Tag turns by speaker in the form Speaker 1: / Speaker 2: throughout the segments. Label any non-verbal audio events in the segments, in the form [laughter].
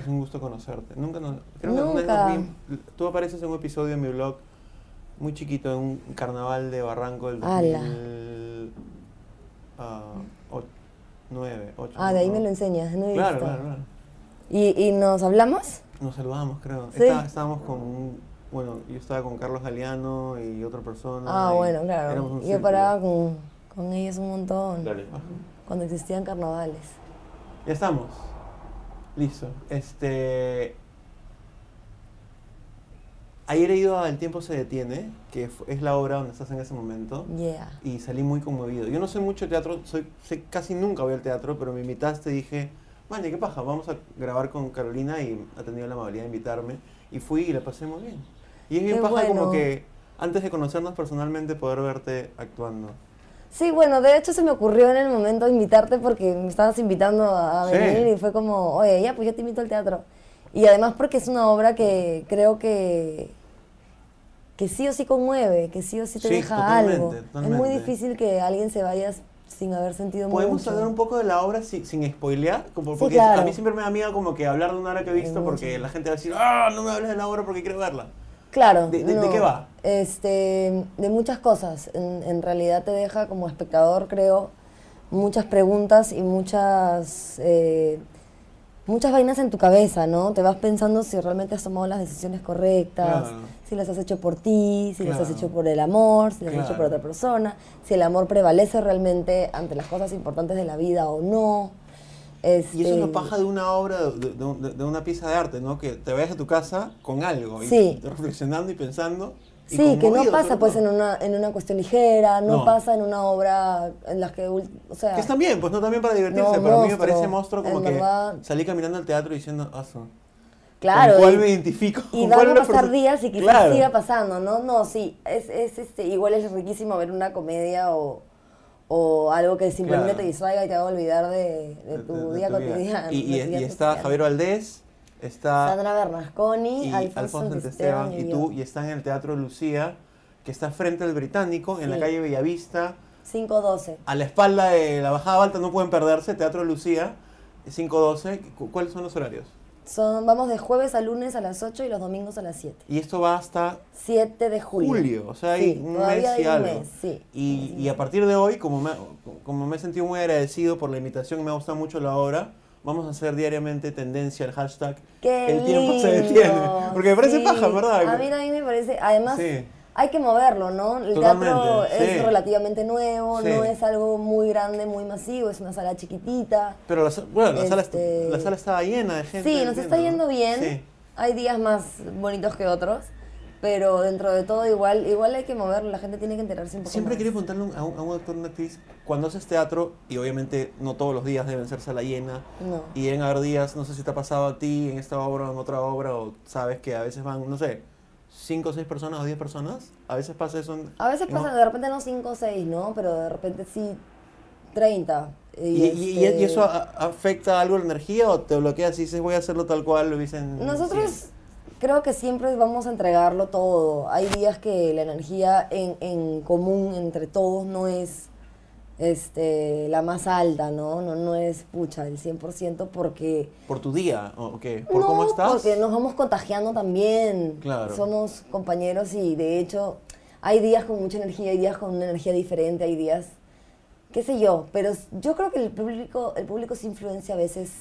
Speaker 1: es un gusto conocerte. Nunca nos, creo que alguna vez nos
Speaker 2: Nunca.
Speaker 1: vi- tú apareces en un episodio en mi blog muy chiquito, en un carnaval de Barranco del ah,
Speaker 2: Ala.
Speaker 1: 2009, 8.
Speaker 2: Ah, de ahí me lo enseñas, no he
Speaker 1: Claro,
Speaker 2: visto.
Speaker 1: claro, claro.
Speaker 2: ¿Y, y nos hablamos?
Speaker 1: Nos saludamos, creo.
Speaker 2: Sí.
Speaker 1: Está- estábamos con un- Bueno, yo estaba con Carlos Galeano y otra persona.
Speaker 2: Ah,
Speaker 1: y
Speaker 2: bueno,
Speaker 1: éramos un
Speaker 2: claro. Yo
Speaker 1: círculo.
Speaker 2: paraba con, con ellos un montón
Speaker 3: Dale.
Speaker 1: Ajá.
Speaker 2: cuando existían carnavales.
Speaker 1: Ya estamos. Listo. Este. Ayer he ido a El tiempo se detiene, que fu- es la obra donde estás en ese momento,
Speaker 2: Yeah.
Speaker 1: y salí muy conmovido. Yo no sé mucho de teatro, soy, sé- casi nunca voy al teatro, pero me invitaste y dije, vaya, qué paja, vamos a grabar con Carolina y ha tenido la amabilidad de invitarme. Y fui y la pasé muy bien. Y es bien
Speaker 2: Qué
Speaker 1: paja como
Speaker 2: bueno.
Speaker 1: que antes de conocernos personalmente poder verte actuando.
Speaker 2: Sí, bueno, de hecho se me ocurrió en el momento invitarte porque me estabas invitando a a
Speaker 1: Sí.
Speaker 2: venir y fue como, oye, ya, pues yo te invito al teatro. Y además porque es una obra que creo que, que sí o sí conmueve, que sí o sí te
Speaker 1: Sí,
Speaker 2: deja
Speaker 1: totalmente,
Speaker 2: algo. Es muy
Speaker 1: totalmente.
Speaker 2: difícil que alguien se vaya sin haber sentido
Speaker 1: Podemos
Speaker 2: mucho.
Speaker 1: hablar un poco de la obra si- sin spoilear, como
Speaker 2: Sí,
Speaker 1: porque
Speaker 2: claro.
Speaker 1: a mí siempre me da miedo como que hablar de una obra que he visto
Speaker 2: mucho.
Speaker 1: porque la gente va a decir, ah, no me hables de la obra porque quiero verla.
Speaker 2: Claro.
Speaker 1: ¿De- de- de qué va?
Speaker 2: Este, de muchas cosas. En, en realidad te deja como espectador, creo, muchas preguntas y muchas, eh, muchas vainas en tu cabeza, ¿no? Te vas pensando si realmente has tomado las decisiones correctas,
Speaker 1: Claro.
Speaker 2: si las has hecho por ti, si las has
Speaker 1: Claro.
Speaker 2: hecho por el amor, si las has hecho
Speaker 1: Claro.
Speaker 2: por otra persona, si el amor prevalece realmente ante las cosas importantes de la vida o no.
Speaker 1: Y eso es lo
Speaker 2: Este,
Speaker 1: paja de una obra, de, de- de un- de una pieza de arte, ¿no? Que te vayas a tu casa con algo, y
Speaker 2: Sí.
Speaker 1: reflexionando y pensando. y
Speaker 2: Sí, que no
Speaker 1: conmovido,
Speaker 2: pasa
Speaker 1: sobre
Speaker 2: pues
Speaker 1: todo.
Speaker 2: en una, en una cuestión ligera, no,
Speaker 1: No.
Speaker 2: pasa en una obra en las que, ul- o sea,
Speaker 1: Que están bien, pues no también para divertirse, pero a
Speaker 2: No,
Speaker 1: mí me
Speaker 2: monstruo.
Speaker 1: parece monstruo como
Speaker 2: En
Speaker 1: que
Speaker 2: verdad.
Speaker 1: salí caminando al teatro diciendo, ah, su,
Speaker 2: claro,
Speaker 1: ¿con cuál
Speaker 2: y-
Speaker 1: me identifico?
Speaker 2: y
Speaker 1: ¿Con cuál
Speaker 2: van a
Speaker 1: es la
Speaker 2: pasar
Speaker 1: perso-
Speaker 2: días y quizás
Speaker 1: Claro.
Speaker 2: siga pasando, ¿no? No, sí, es, es, este, igual es riquísimo ver una comedia o, o algo que simplemente
Speaker 1: Claro.
Speaker 2: te distraiga y te haga olvidar de, de
Speaker 1: de-
Speaker 2: tu
Speaker 1: de- de
Speaker 2: día
Speaker 1: tu vida.
Speaker 2: cotidiano. [laughs]
Speaker 1: Y, y-
Speaker 2: de tu vida
Speaker 1: y está
Speaker 2: cotidiana.
Speaker 1: Javier Valdés, está
Speaker 2: Sandra Bernasconi,
Speaker 1: y
Speaker 2: Alfonso, Santisteban
Speaker 1: Santisteban y tú, y están en el Teatro Lucía, que está frente al Británico, en la
Speaker 2: Sí.
Speaker 1: calle Bellavista,
Speaker 2: 512.
Speaker 1: a la espalda de la Bajada Balta, no pueden perderse, Teatro Lucía, 512. Cu- ¿Cuáles son los horarios?
Speaker 2: Son, vamos de jueves a lunes a las 8 y los domingos a las 7.
Speaker 1: Y esto va hasta
Speaker 2: 7 de julio.
Speaker 1: julio, o sea, hay
Speaker 2: Sí,
Speaker 1: un
Speaker 2: todavía
Speaker 1: mes
Speaker 2: hay
Speaker 1: y
Speaker 2: un
Speaker 1: algo.
Speaker 2: mes, sí.
Speaker 1: y, y a partir de hoy, como me, como me he sentido muy agradecido por la invitación, me ha gustado mucho la obra, vamos a hacer diariamente tendencia el hashtag
Speaker 2: ¡Qué
Speaker 1: El tiempo se
Speaker 2: lindo!
Speaker 1: detiene. Porque me parece
Speaker 2: Sí.
Speaker 1: paja, ¿verdad?
Speaker 2: A mí también me parece. Además,
Speaker 1: Sí.
Speaker 2: hay que moverlo, ¿no? El teatro
Speaker 1: Totalmente,
Speaker 2: es
Speaker 1: sí.
Speaker 2: relativamente nuevo,
Speaker 1: Sí.
Speaker 2: no es algo muy grande, muy masivo, es una sala chiquitita.
Speaker 1: Pero la, sa- bueno, la, sala, est-
Speaker 2: Este-
Speaker 1: la sala estaba llena de gente.
Speaker 2: Sí, nos está
Speaker 1: entiendo,
Speaker 2: yendo
Speaker 1: ¿no?
Speaker 2: bien.
Speaker 1: Sí.
Speaker 2: Hay días más bonitos que otros, pero dentro de todo igual igual hay que moverlo, la gente tiene que enterarse un poco
Speaker 1: Siempre
Speaker 2: más.
Speaker 1: quería preguntarle a un, a un actor, una actriz, cuando haces teatro, y obviamente no todos los días deben ser sala llena,
Speaker 2: No.
Speaker 1: y deben haber días, no sé si te ha pasado a ti en esta obra o en otra obra, o sabes que a veces van, no sé, cinco o seis personas o 10 personas, a veces pasa eso. en-
Speaker 2: A veces
Speaker 1: en-
Speaker 2: pasa, de repente no 5 o 6, ¿no? Pero de repente sí 30.
Speaker 1: Y, y- y-
Speaker 2: este-
Speaker 1: y eso a- afecta algo la energía o te bloqueas y dices voy a hacerlo tal cual lo dicen
Speaker 2: Nosotros creo que siempre vamos a entregarlo todo. Hay días que la energía en, en común entre todos no es este, la más alta, ¿no? No, no es pucha, el 100% porque...
Speaker 1: por tu día o o qué por
Speaker 2: no,
Speaker 1: cómo estás
Speaker 2: porque nos vamos contagiando también.
Speaker 1: Claro.
Speaker 2: Somos compañeros y de hecho hay días con mucha energía, hay días con una energía diferente, hay días qué sé yo, pero s- yo creo que el público el público se influencia a veces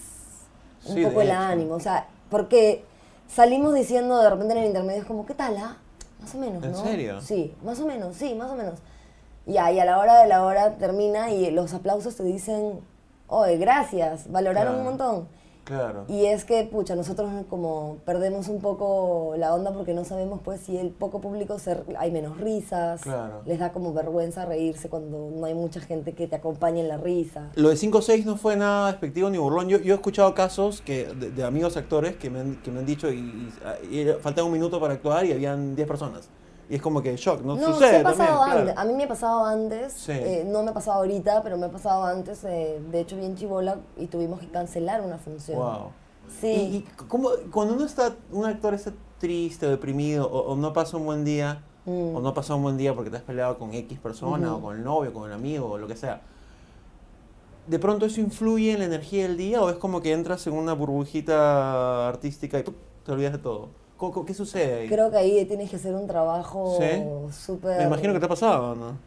Speaker 2: un
Speaker 1: Sí, de
Speaker 2: poco el
Speaker 1: hecho.
Speaker 2: ánimo, o sea, porque salimos diciendo de repente en el intermedio es como, ¿qué tal, ah? Más o menos,
Speaker 1: ¿En
Speaker 2: ¿no?
Speaker 1: serio?
Speaker 2: Sí, más o menos, sí, más o menos. Ya, y a la hora de la hora termina y los aplausos te dicen, oye, gracias, valoraron un
Speaker 1: Claro.
Speaker 2: montón.
Speaker 1: claro
Speaker 2: Y es que, pucha, nosotros como perdemos un poco la onda porque no sabemos pues si el poco público se, hay menos risas,
Speaker 1: Claro.
Speaker 2: les da como vergüenza reírse cuando no hay mucha gente que te acompañe en la risa.
Speaker 1: Lo de 5-6 no fue nada despectivo ni burlón. Yo, yo he escuchado casos que, de, de amigos actores que me han, que me han dicho y, y- y faltaba un minuto para actuar y habían 10 personas. Y es como que shock, ¿no?
Speaker 2: sí
Speaker 1: Sucede
Speaker 2: ha pasado
Speaker 1: también,
Speaker 2: antes.
Speaker 1: claro.
Speaker 2: A mí me ha pasado antes,
Speaker 1: Sí.
Speaker 2: eh, no me ha pasado ahorita, pero me ha pasado antes, eh, de hecho bien chivola y tuvimos que cancelar una función.
Speaker 1: Wow.
Speaker 2: Sí.
Speaker 1: Y, y cómo- cuando uno está, un actor está triste o deprimido o, o no pasa un buen día,
Speaker 2: Mm.
Speaker 1: o no pasa un buen día porque te has peleado con X persona
Speaker 2: Ujú.
Speaker 1: o con el novio, con el amigo o lo que sea, ¿De pronto eso influye en la energía del día o es como que entras en una burbujita artística y ¡pum! te olvidas de todo? ¿Cómo- cómo- ¿Qué sucede ahí?
Speaker 2: Creo que ahí tienes que hacer un trabajo
Speaker 1: Sí.
Speaker 2: súper...
Speaker 1: Me imagino que te ha pasado, ¿no?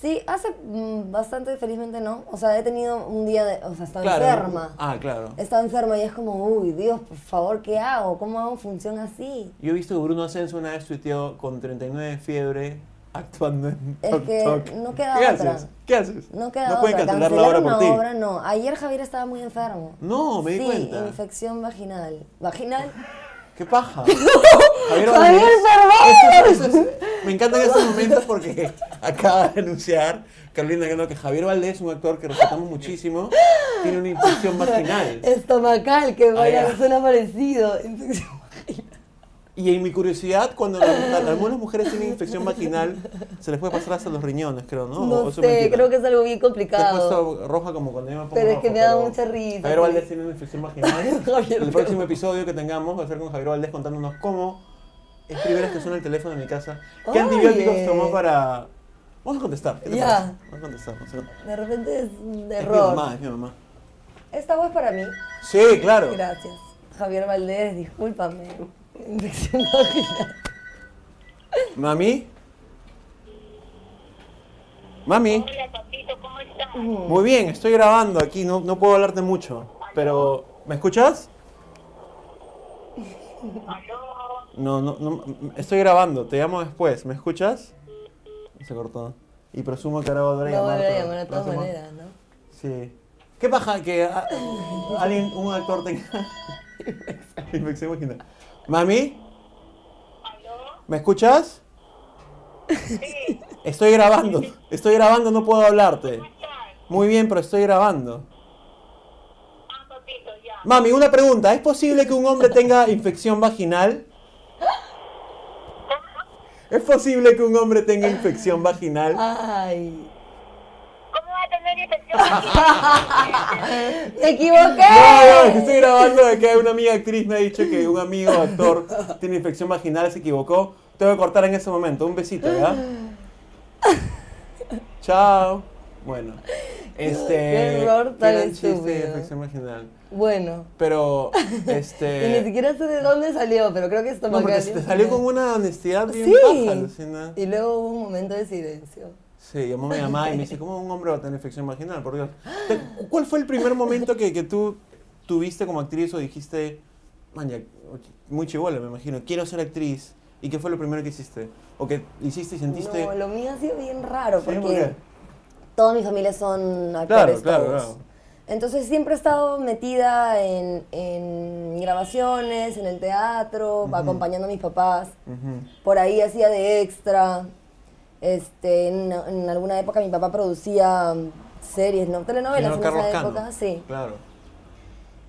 Speaker 2: Sí, hace mm, bastante, felizmente no. O sea, he tenido un día de... O sea, estaba enferma.
Speaker 1: Ah, claro.
Speaker 2: Estaba enferma y es como, uy, Dios, por favor, ¿qué hago? ¿Cómo hago función así?
Speaker 1: Yo he visto que Bruno Ascenso una vez tuiteó con 39 de fiebre actuando en
Speaker 2: Es
Speaker 1: Tok
Speaker 2: que
Speaker 1: Tok.
Speaker 2: no queda
Speaker 1: ¿Qué
Speaker 2: otra.
Speaker 1: haces? ¿Qué haces?
Speaker 2: No queda
Speaker 1: No pueden
Speaker 2: otra.
Speaker 1: cancelar la
Speaker 2: Cancelar
Speaker 1: obra por
Speaker 2: una
Speaker 1: ti.
Speaker 2: obra, no. Ayer Javier estaba muy enfermo.
Speaker 1: No, me di
Speaker 2: sí,
Speaker 1: cuenta.
Speaker 2: infección vaginal. ¿Vaginal?
Speaker 1: [laughs] ¡Qué
Speaker 2: [laughs]
Speaker 1: paja! Javier
Speaker 2: Javier
Speaker 1: Valdés.
Speaker 2: Ferrer.
Speaker 1: Eso es- eso es- Me encantan estos momentos porque [laughs] acaba de anunciar Carolina Gano que Javier Valdés, un actor que respetamos muchísimo, tiene una infección vaginal.
Speaker 2: Estomacal, que vaya,
Speaker 1: ya.
Speaker 2: suena parecido. Infección vaginal.
Speaker 1: Y en mi curiosidad, cuando la- la- algunas mujeres tienen infección vaginal, se les puede pasar hasta los riñones, creo, ¿no?
Speaker 2: No,
Speaker 1: O- o eso
Speaker 2: sé,
Speaker 1: es mentira.
Speaker 2: creo que es algo bien
Speaker 1: Te has
Speaker 2: complicado.
Speaker 1: puesto roja como cuando yo me pongo
Speaker 2: Pero es que
Speaker 1: rojo,
Speaker 2: me da
Speaker 1: pero
Speaker 2: mucha risa.
Speaker 1: Javier Valdés tiene una infección
Speaker 2: [laughs]
Speaker 1: vaginal.
Speaker 2: Javier
Speaker 1: el próximo episodio que tengamos va a ser con Javier Valdés contándonos cómo es primera que suena el teléfono en mi casa. ¿Qué
Speaker 2: Oye.
Speaker 1: antibióticos tomó para...? Vamos a contestar. ¿qué te
Speaker 2: Ya.
Speaker 1: parece? Vamos a contestar. vamos a contestar.
Speaker 2: De repente es un
Speaker 1: Es mi
Speaker 2: error.
Speaker 1: mamá, es mi mamá.
Speaker 2: Esta voz es para mí.
Speaker 1: Sí, claro.
Speaker 2: Gracias. Javier Valdés, discúlpame. Infección vaginal.
Speaker 1: Mami. Mami. Mm.
Speaker 3: Hola, papito, ¿cómo estás?
Speaker 1: Muy bien, estoy grabando aquí, no, no puedo hablarte mucho. Pero, ¿me escuchas?
Speaker 3: Aló,
Speaker 1: No, no, no, m- estoy grabando, te llamo después, ¿me escuchas? Se cortó. Y presumo que ahora volveré a
Speaker 2: No
Speaker 1: llamar.
Speaker 2: volveré a
Speaker 1: pero
Speaker 2: llamar de todas
Speaker 1: presumo-
Speaker 2: maneras, ¿no?
Speaker 1: Sí. ¿Qué paja que a- alguien, un actor tenga [laughs] infección vaginal? Mami,
Speaker 3: aló,
Speaker 1: ¿me escuchas?
Speaker 3: sí, ¿cómo
Speaker 1: Estoy grabando, estoy grabando, no puedo hablarte.
Speaker 3: estás?
Speaker 1: Muy bien, pero estoy grabando.
Speaker 3: Ah, papito, ya.
Speaker 1: Mami, una pregunta, ¿es posible que un hombre tenga infección vaginal? ¿Es posible que un hombre tenga infección vaginal?
Speaker 2: Ay.
Speaker 3: ¿Cómo va a tener infección vaginal?
Speaker 2: ¡Me equivoqué!
Speaker 1: No, no, que estoy grabando de que hay una amiga actriz me ha dicho que un amigo actor tiene infección vaginal, se equivocó. Te voy a cortar en ese momento. Un besito, ¿verdad? Chao. Bueno, este.
Speaker 2: Qué error tan
Speaker 1: gran chiste de
Speaker 2: estúpido.
Speaker 1: infección vaginal.
Speaker 2: Bueno.
Speaker 1: Pero,
Speaker 2: [laughs] Y ni
Speaker 1: este.
Speaker 2: siquiera sé de dónde salió, pero creo que es
Speaker 1: No,
Speaker 2: estomacal.
Speaker 1: porque te salió con una honestidad bien
Speaker 2: Sí.
Speaker 1: baja, Lucina.
Speaker 2: Y luego hubo un momento de silencio.
Speaker 1: Sí, llamó mi mamá y me
Speaker 2: [laughs]
Speaker 1: dice, ¿cómo un hombre va a tener infección vaginal? Por Dios. Te- ¿Cuál fue el primer momento que, que tú tuviste como actriz o dijiste, man, ya, muy chivola me imagino, quiero ser actriz? ¿Y qué fue lo primero que hiciste? ¿O que hiciste y sentiste...?
Speaker 2: No, lo mío ha sido bien raro
Speaker 1: Sí,
Speaker 2: porque
Speaker 1: ¿por qué?
Speaker 2: toda mi familia son
Speaker 1: Claro,
Speaker 2: actores.
Speaker 1: claro,
Speaker 2: todos.
Speaker 1: claro.
Speaker 2: Entonces siempre he estado metida en, en grabaciones, en el teatro, acompañando a mis papás.
Speaker 1: Ujú.
Speaker 2: Por ahí hacía de extra. Este, en, en alguna época mi papá producía series, ¿no? Telenovelas
Speaker 1: Señor
Speaker 2: en
Speaker 1: Carlos
Speaker 2: esa
Speaker 1: Cano.
Speaker 2: época, sí.
Speaker 1: Claro.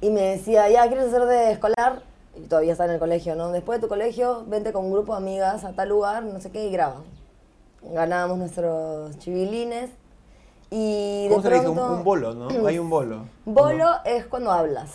Speaker 2: Y me decía, ya, ¿quieres hacer de escolar? Y todavía está en el colegio, ¿no? Después de tu colegio, vente con un grupo de amigas a tal lugar, no sé qué, y graban. Ganábamos nuestros chivilines. Y
Speaker 1: ¿Cómo
Speaker 2: de
Speaker 1: se le dice? Un,
Speaker 2: pronto...
Speaker 1: un bolo, ¿no? Hay un bolo.
Speaker 2: Bolo
Speaker 1: ¿no?
Speaker 2: es cuando hablas.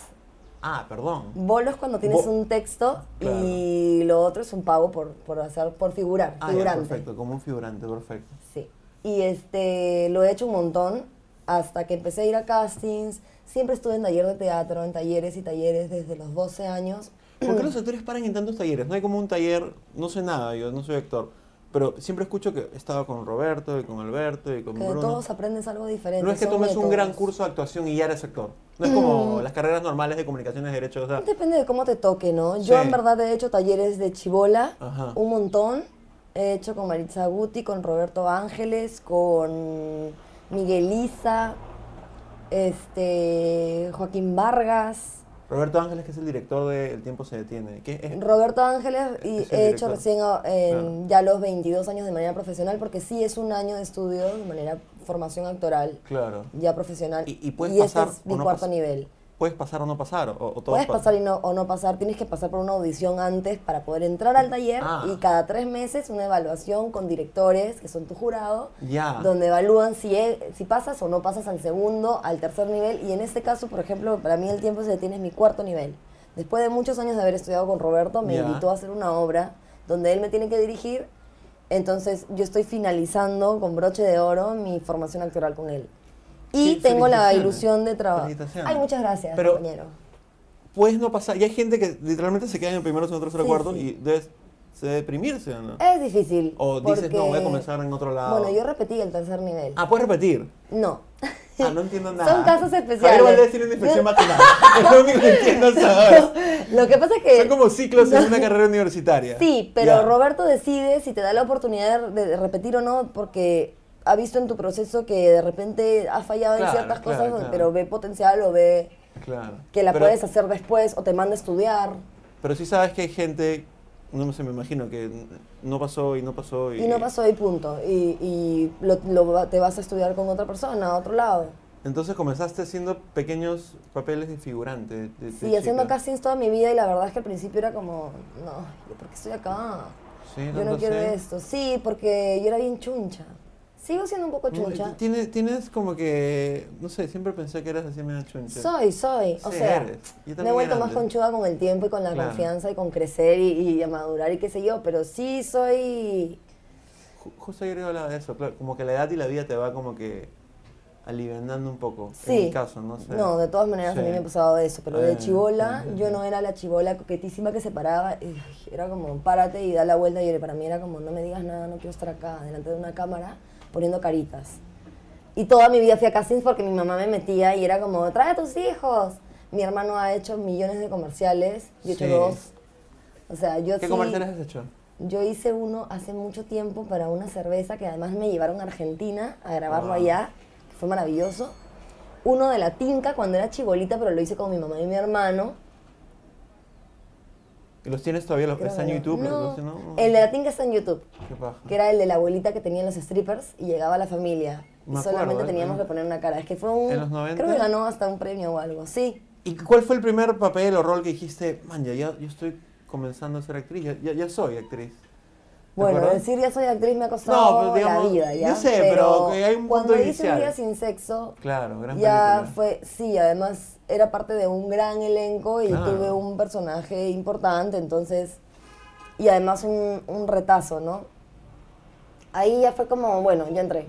Speaker 1: Ah, perdón.
Speaker 2: Bolo es cuando tienes
Speaker 1: Bo-
Speaker 2: un texto y
Speaker 1: Claro.
Speaker 2: lo otro es un pago por, por hacer, por figurar,
Speaker 1: Ah, ya,
Speaker 2: figurante.
Speaker 1: perfecto, como un figurante, perfecto.
Speaker 2: Sí. Y este, lo he hecho un montón hasta que empecé a ir a castings. Siempre estuve en taller de teatro, en talleres y talleres desde los 12 años.
Speaker 1: ¿Por qué los actores paran en tantos talleres? No hay como un taller, no sé nada, yo no soy actor, pero siempre escucho que he estado con Roberto y con Alberto y con
Speaker 2: Que de
Speaker 1: Bruno.
Speaker 2: todos aprendes algo diferente.
Speaker 1: no es que
Speaker 2: son
Speaker 1: tomes un gran
Speaker 2: métodos. Mm.
Speaker 1: curso de actuación y ya eres actor. No es como las carreras normales de comunicaciones, derechos, o sea,
Speaker 2: Depende de cómo te toque, ¿no? Yo
Speaker 1: Sí.
Speaker 2: en verdad he hecho talleres de chibola,
Speaker 1: Ajá.
Speaker 2: un montón. He hecho con Maritza Guti, con Roberto Ángeles, con Miguel Isa, este, Joaquín Vargas.
Speaker 1: Roberto Ángeles, que es el director de El tiempo se detiene. que es-
Speaker 2: Roberto Ángeles y
Speaker 1: Es el
Speaker 2: he hecho
Speaker 1: director.
Speaker 2: recién a- en
Speaker 1: Claro.
Speaker 2: ya los 22 años de manera profesional porque sí es un año de estudio de manera formación actoral
Speaker 1: Claro.
Speaker 2: ya profesional
Speaker 1: Y- y puedes
Speaker 2: este
Speaker 1: pasar
Speaker 2: es
Speaker 1: o
Speaker 2: mi
Speaker 1: no
Speaker 2: cuarto
Speaker 1: pasar.
Speaker 2: nivel.
Speaker 1: Puedes pasar o no pasar, o, o todo
Speaker 2: Puedes
Speaker 1: pasa.
Speaker 2: pasar y no, o no pasar, tienes que pasar por una audición antes para poder entrar al taller
Speaker 1: Ah.
Speaker 2: y cada tres meses una evaluación con directores que son tu jurado,
Speaker 1: Ya.
Speaker 2: donde evalúan si, e- si pasas o no pasas al segundo, al tercer nivel y en este caso, por ejemplo, para mí el tiempo se detiene es mi cuarto nivel. Después de muchos años de haber estudiado con Roberto, me
Speaker 1: Ya.
Speaker 2: invitó a hacer una obra donde él me tiene que dirigir, entonces yo estoy finalizando con broche de oro mi formación actoral con él. Y
Speaker 1: Sí,
Speaker 2: tengo la
Speaker 1: felicitaciones.
Speaker 2: ilusión de trabajar.
Speaker 1: Felicitaciones.
Speaker 2: Ay, muchas gracias,
Speaker 1: Pero-
Speaker 2: compañero.
Speaker 1: Puedes no pasar. Y hay gente que literalmente se queda en el primero, segundo, tercero,
Speaker 2: Sí,
Speaker 1: cuarto
Speaker 2: sí.
Speaker 1: y debes se deprimirse o no.
Speaker 2: Es difícil.
Speaker 1: O dices, no, voy a
Speaker 2: porque-
Speaker 1: comenzar en otro lado.
Speaker 2: Bueno, yo repetí el tercer nivel.
Speaker 1: Ah, puedes repetir.
Speaker 2: No.
Speaker 1: Ah, no entiendo nada.
Speaker 2: Son casos
Speaker 1: Javier Valdés
Speaker 2: especiales.
Speaker 1: tiene una infección vaginal. [laughs] Es lo único que entiendo hasta ahora.
Speaker 2: [laughs] Lo que pasa es que...
Speaker 1: Son como ciclos en
Speaker 2: No.
Speaker 1: una carrera universitaria.
Speaker 2: Sí, pero
Speaker 1: Ya.
Speaker 2: Roberto decide si te da la oportunidad de de repetir o no, porque ha visto en tu proceso que de repente has fallado en
Speaker 1: Claro,
Speaker 2: ciertas
Speaker 1: claro,
Speaker 2: cosas,
Speaker 1: claro.
Speaker 2: pero ve potencial o ve
Speaker 1: Claro.
Speaker 2: que la
Speaker 1: Pero-
Speaker 2: puedes hacer después o te manda a estudiar.
Speaker 1: Pero sí sabes que hay gente, no sé, me imagino que no pasó y no pasó y...
Speaker 2: Y no pasó y punto. Y, y lo- lo va- te vas a estudiar con otra persona, a otro lado.
Speaker 1: Entonces comenzaste haciendo pequeños papeles de figurante. de- de
Speaker 2: Sí, haciendo
Speaker 1: chica.
Speaker 2: castings toda mi vida y la verdad es que al principio era como, no, ¿yo ¿por qué estoy acá?
Speaker 1: Sí,
Speaker 2: Yo no
Speaker 1: tanto
Speaker 2: quiero
Speaker 1: sé.
Speaker 2: esto. Sí, porque yo era bien chuncha. Sigo siendo un poco
Speaker 1: No,
Speaker 2: chuncha.
Speaker 1: Tienes, tienes como que, no sé, siempre pensé que eras así medio chuncha.
Speaker 2: Soy, soy. O
Speaker 1: Sí,
Speaker 2: sea,
Speaker 1: eres. Yo
Speaker 2: me he
Speaker 1: también
Speaker 2: vuelto
Speaker 1: era
Speaker 2: más
Speaker 1: antes.
Speaker 2: conchuda con el tiempo y con la
Speaker 1: Claro.
Speaker 2: confianza y con crecer y, y a madurar y qué sé yo, pero sí soy...
Speaker 1: Ju- Justo ayer yo hablaba de eso, claro, como que la edad y la vida te va como que alivianando un poco.
Speaker 2: Sí.
Speaker 1: En mi caso, no sé.
Speaker 2: No, de todas maneras a mí
Speaker 1: Sí.
Speaker 2: me ha pasado eso, pero
Speaker 1: Ah,
Speaker 2: de chibola
Speaker 1: ya, ya,
Speaker 2: yo
Speaker 1: ya.
Speaker 2: no era la chibola coquetísima que se paraba, y, ay, era como párate y da la vuelta y para mí era como no me digas nada, no quiero estar acá delante de una cámara poniendo caritas. Y toda mi vida fui a castings porque mi mamá me metía y era como trae a tus hijos. Mi hermano ha hecho millones de comerciales, yo he hecho
Speaker 1: Sí.
Speaker 2: dos. O sea, yo
Speaker 1: ¿Qué
Speaker 2: sí-
Speaker 1: comerciales has hecho?
Speaker 2: Yo hice uno hace mucho tiempo para una cerveza que además me llevaron a Argentina a grabarlo
Speaker 1: Wow.
Speaker 2: allá, que fue maravilloso. Uno de la tinca cuando era chibolita, pero lo hice con mi mamá y mi hermano.
Speaker 1: ¿Y los tienes todavía? Los,
Speaker 2: Creo
Speaker 1: ¿Está en
Speaker 2: que no.
Speaker 1: YouTube?
Speaker 2: No,
Speaker 1: Los- los- no?
Speaker 2: El de la tinca está en YouTube,
Speaker 1: Qué paja.
Speaker 2: que era el de la abuelita que tenían los strippers y llegaba la familia. Y
Speaker 1: Me
Speaker 2: solamente
Speaker 1: acuerdo, ¿eh?
Speaker 2: teníamos que poner una cara. Es que fue un...
Speaker 1: ¿En los 90?
Speaker 2: Creo que ganó hasta un premio o algo, sí.
Speaker 1: ¿Y cuál fue el primer papel o rol que dijiste, man, ya, ya- yo estoy comenzando a ser actriz, ya, ya, ya soy actriz? ¿Te
Speaker 2: Bueno,
Speaker 1: acuerdas?
Speaker 2: decir ya soy actriz me ha
Speaker 1: No,
Speaker 2: costado
Speaker 1: pero digamos,
Speaker 2: la vida, ¿ya?
Speaker 1: yo sé, pero que hay un punto
Speaker 2: cuando hice un
Speaker 1: inicial.
Speaker 2: día sin sexo,
Speaker 1: Claro, gran
Speaker 2: ya
Speaker 1: película.
Speaker 2: fue, sí, además era parte de un gran elenco y
Speaker 1: Claro.
Speaker 2: tuve un personaje importante, entonces, y además un, un retazo, ¿no? Ahí ya fue como, bueno, ya entré.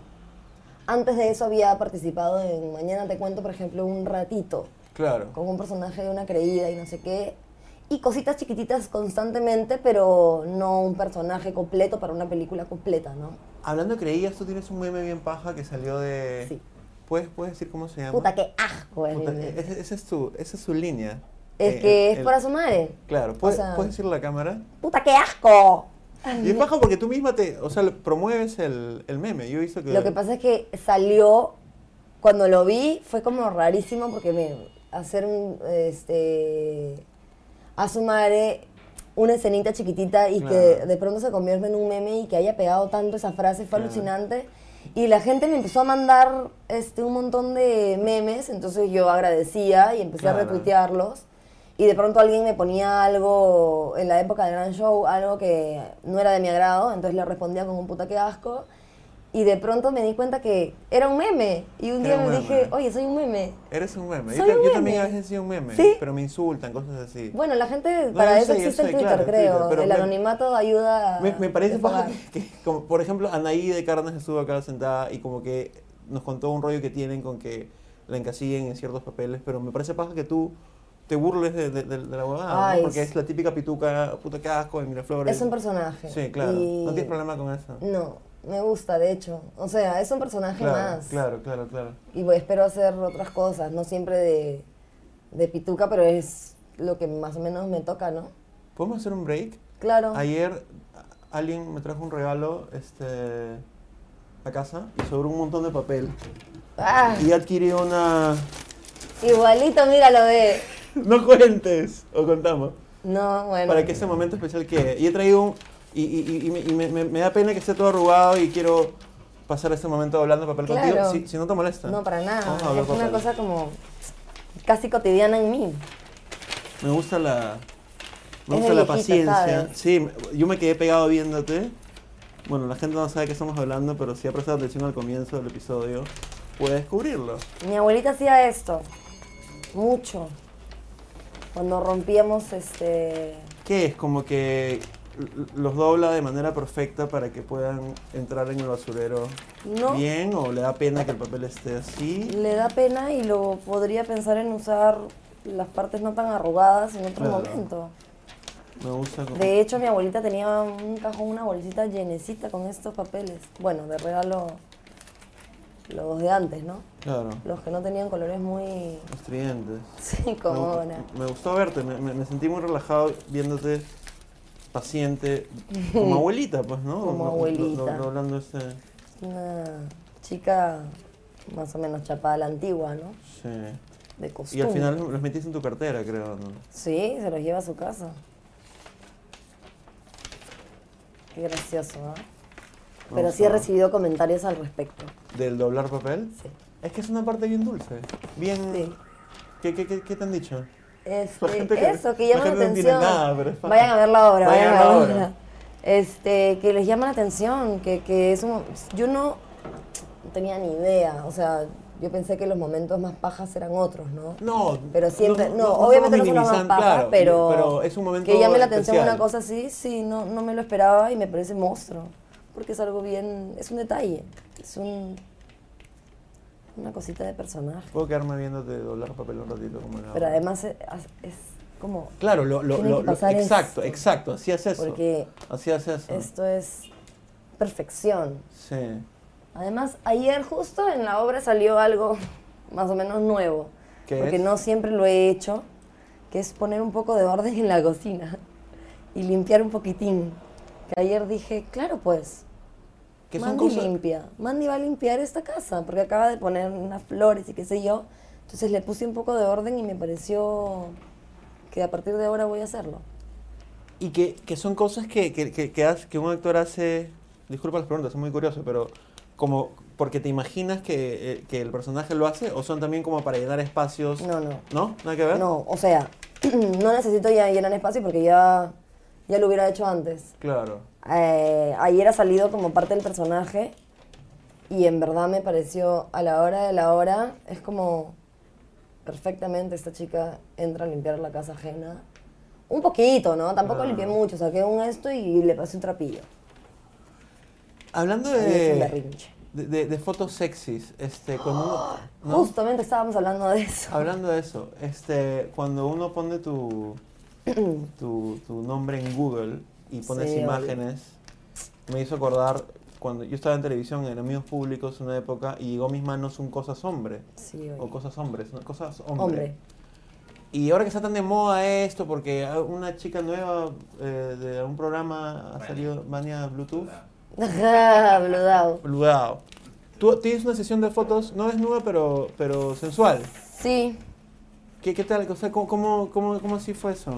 Speaker 2: Antes de eso había participado en Mañana Te Cuento, por ejemplo, un ratito,
Speaker 1: Claro.
Speaker 2: con un personaje de una creída y no sé qué, y cositas chiquititas constantemente, pero no un personaje completo para una película completa, ¿no?
Speaker 1: Hablando de creías, tú tienes un meme bien paja que salió de...
Speaker 2: Sí.
Speaker 1: ¿Puedes, puedes decir cómo se llama?
Speaker 2: Puta, qué asco es.
Speaker 1: Puta,
Speaker 2: mi-
Speaker 1: e- ese- esa es tu, esa es su línea.
Speaker 2: Es
Speaker 1: Eh,
Speaker 2: que es
Speaker 1: el-
Speaker 2: para su madre.
Speaker 1: Claro, ¿puedes,
Speaker 2: sea-
Speaker 1: puedes decirlo a la cámara?
Speaker 2: ¡Puta, qué asco!
Speaker 1: Y es paja porque tú misma te, o sea, le- promueves el, el meme. Yo he visto que...
Speaker 2: Lo que pasa es que salió, cuando lo vi, fue como rarísimo porque me, hacer un, este, a su madre una escenita chiquitita y que
Speaker 1: Claro.
Speaker 2: de pronto se convierte en un meme y que haya pegado tanto esa frase, fue
Speaker 1: Claro.
Speaker 2: alucinante. Y la gente me empezó a mandar este, un montón de memes, entonces yo agradecía y empecé a
Speaker 1: Claro.
Speaker 2: retuitearlos. Y de pronto alguien me ponía algo en la época del gran show, algo que no era de mi agrado, entonces le respondía con un puta que asco. Y de pronto me di cuenta que era un meme. Y un
Speaker 1: Era
Speaker 2: día me
Speaker 1: un meme.
Speaker 2: dije, oye, soy un meme.
Speaker 1: Eres un meme.
Speaker 2: Soy
Speaker 1: yo, ta-
Speaker 2: un
Speaker 1: yo también a
Speaker 2: meme.
Speaker 1: veces he sido un meme,
Speaker 2: ¿Sí?
Speaker 1: pero me insultan, cosas así.
Speaker 2: Bueno, la gente,
Speaker 1: No,
Speaker 2: para
Speaker 1: yo
Speaker 2: eso
Speaker 1: sé, yo
Speaker 2: existe el
Speaker 1: sé,
Speaker 2: Twitter,
Speaker 1: claro,
Speaker 2: creo.
Speaker 1: Twitter, pero
Speaker 2: el
Speaker 1: me-
Speaker 2: anonimato ayuda a...
Speaker 1: Me, me parece paja
Speaker 2: desfogar.
Speaker 1: que, que como, por ejemplo, Anaí de Carnes estuvo acá sentada y como que nos contó un rollo que tienen con que la encasillen en ciertos papeles, pero me parece paja que tú te burles de, de- de- de la huevada, ¿no?
Speaker 2: Ay,
Speaker 1: porque
Speaker 2: sí.
Speaker 1: es la típica pituca, puta casco de Miraflores.
Speaker 2: Es un personaje.
Speaker 1: Sí, claro.
Speaker 2: y-
Speaker 1: No tienes problema con eso.
Speaker 2: No, me gusta, de hecho. O sea, es un personaje
Speaker 1: claro,
Speaker 2: más.
Speaker 1: claro, claro, claro.
Speaker 2: Y bueno, espero hacer otras cosas, no siempre de, de pituca, pero es lo que más o menos me toca, ¿no?
Speaker 1: ¿Podemos hacer un break?
Speaker 2: Claro.
Speaker 1: Ayer a- alguien me trajo un regalo este, a casa y sobró un montón de papel.
Speaker 2: Ah,
Speaker 1: Y adquirí una... [laughs]
Speaker 2: igualito, mira lo de...
Speaker 1: No cuentes, o contamos.
Speaker 2: No, bueno.
Speaker 1: para que ese momento especial que y he traído un, y, y- y- y me- y me, me- me da pena que esté todo arrugado y quiero pasar este momento hablando de papel
Speaker 2: Claro.
Speaker 1: contigo si, si no te molesta
Speaker 2: No, para nada.
Speaker 1: Vamos a hablar
Speaker 2: Es una
Speaker 1: papel.
Speaker 2: cosa como casi cotidiana en mí.
Speaker 1: me gusta la me
Speaker 2: Es
Speaker 1: gusta
Speaker 2: de
Speaker 1: la
Speaker 2: viejita,
Speaker 1: paciencia
Speaker 2: ¿sabes?
Speaker 1: sí me- yo me quedé pegado viéndote bueno la gente no sabe qué estamos hablando pero si ha prestado atención al comienzo del episodio puede descubrirlo
Speaker 2: Mi abuelita hacía esto. Mucho. Cuando rompíamos este.
Speaker 1: qué es como que l- los dobla de manera perfecta para que puedan entrar en el basurero
Speaker 2: No.
Speaker 1: bien o le da pena que el papel esté así?
Speaker 2: Le da pena y lo podría pensar en usar las partes no tan arrugadas en otro
Speaker 1: Claro.
Speaker 2: momento.
Speaker 1: Me gusta como...
Speaker 2: De hecho, mi abuelita tenía un cajón, una bolsita llenecita con estos papeles. Bueno, de regalo los de antes, ¿no?
Speaker 1: Claro,
Speaker 2: Los que no tenían colores muy... [laughs]
Speaker 1: los tridentes.
Speaker 2: Sí,
Speaker 1: Me-
Speaker 2: como ahora.
Speaker 1: Me, gustó verte, me, me- me sentí muy relajado viéndote paciente, como abuelita, pues, ¿no?
Speaker 2: [laughs]
Speaker 1: Do-
Speaker 2: Como
Speaker 1: do-
Speaker 2: abuelita.
Speaker 1: do- doblando este...
Speaker 2: Una chica más o menos chapada a la antigua, ¿no?
Speaker 1: sí.
Speaker 2: De costumbre.
Speaker 1: Y al final los metiste en tu cartera, creo, ¿no?
Speaker 2: Sí, se los lleva a su casa. Qué gracioso, ¿no? Pero sí he
Speaker 1: Ojo.
Speaker 2: recibido comentarios al respecto.
Speaker 1: ¿Del doblar papel?
Speaker 2: Sí.
Speaker 1: Es que es una parte bien dulce. Bien...
Speaker 2: Sí.
Speaker 1: ¿Qué, qué, qué, qué te han dicho?
Speaker 2: Este,
Speaker 1: La gente que-
Speaker 2: eso, que
Speaker 1: la
Speaker 2: llama la
Speaker 1: gente no entiende
Speaker 2: atención.
Speaker 1: nada, pero es fácil.
Speaker 2: vayan a ver la obra,
Speaker 1: Vayan
Speaker 2: vayan,
Speaker 1: a
Speaker 2: a
Speaker 1: la
Speaker 2: ver la
Speaker 1: obra.
Speaker 2: obra. Este, que les llama la atención, que, que es un. Yo no tenía ni idea, o sea, yo pensé que los momentos más pajas eran otros, ¿no?
Speaker 1: No,
Speaker 2: Pero siempre, no,
Speaker 1: estamos
Speaker 2: obviamente no son las más
Speaker 1: minimizando,
Speaker 2: pajas,
Speaker 1: claro,
Speaker 2: pero,
Speaker 1: pero es un momento
Speaker 2: que llame la atención
Speaker 1: especial.
Speaker 2: una cosa así, sí, no, no me lo esperaba y me parece monstruo, porque es algo bien, es un detalle, es un, una cosita de personaje,
Speaker 1: Puedo quedarme viéndote doblar papel un ratito como era.
Speaker 2: pero además es, es como,
Speaker 1: Claro, lo, lo,
Speaker 2: Tiene
Speaker 1: lo-
Speaker 2: que
Speaker 1: lo-
Speaker 2: pasar
Speaker 1: exacto,
Speaker 2: esto.
Speaker 1: exacto, así es eso.
Speaker 2: porque
Speaker 1: Así es eso.
Speaker 2: esto es perfección.
Speaker 1: Sí.
Speaker 2: Además, ayer justo en la obra salió algo [laughs] más o menos nuevo,
Speaker 1: ¿Qué
Speaker 2: porque
Speaker 1: es?
Speaker 2: no siempre lo he hecho, que es poner un poco de orden en la cocina [laughs] y limpiar un poquitín. Que ayer dije, claro pues,
Speaker 1: Que son
Speaker 2: Mandy
Speaker 1: cosas-
Speaker 2: limpia, Mandy va a limpiar esta casa, porque acaba de poner unas flores y qué sé yo. Entonces le puse un poco de orden y me pareció que a partir de ahora voy a hacerlo.
Speaker 1: Y que, que son cosas que, que, que, que hace- que un actor hace, disculpa las preguntas, son muy curioso, pero como porque te imaginas que, eh, que el personaje lo hace o son también como para llenar espacios.
Speaker 2: No, no.
Speaker 1: ¿No? ¿Nada que ver?
Speaker 2: No, o sea, [clears throat] no necesito ya llenar espacio porque ya, ya lo hubiera hecho antes.
Speaker 1: Claro.
Speaker 2: Eh, ayer ha salido como parte del personaje y en verdad me pareció a la hora de la hora, es como perfectamente esta chica entra a limpiar la casa ajena. Un poquito, ¿no? Tampoco
Speaker 1: Ah.
Speaker 2: limpié mucho, saqué un esto y le pasé un trapillo.
Speaker 1: Hablando
Speaker 2: Ahí es un
Speaker 1: de,
Speaker 2: berrinche.
Speaker 1: de, de- de fotos sexys, este, cuando
Speaker 2: [gasps]
Speaker 1: uno- ¿no?
Speaker 2: Justamente estábamos hablando de eso.
Speaker 1: Hablando de eso, este, cuando uno pone
Speaker 2: [clears throat]
Speaker 1: tu, tu, tu nombre en Google y pones
Speaker 2: Sí, obvio.
Speaker 1: imágenes, me hizo acordar cuando yo estaba en televisión en Amigos Públicos una época y llegó a mis manos un Cosas Hombre.
Speaker 2: Sí, oye.
Speaker 1: O Cosas Hombres, ¿no? Cosas Hombre.
Speaker 2: Hombre. [laughs]
Speaker 1: Y ahora que está tan de moda esto, porque hay una chica nueva eh, de un programa ha salido, Mania Bluetooth,
Speaker 2: Bludao.
Speaker 1: Bludao. Tú tienes una sesión de fotos, no desnuda, pero, pero sensual.
Speaker 2: Sí,
Speaker 1: ¿Qué, qué tal? O sea, ¿cómo, cómo, cómo, cómo así fue eso?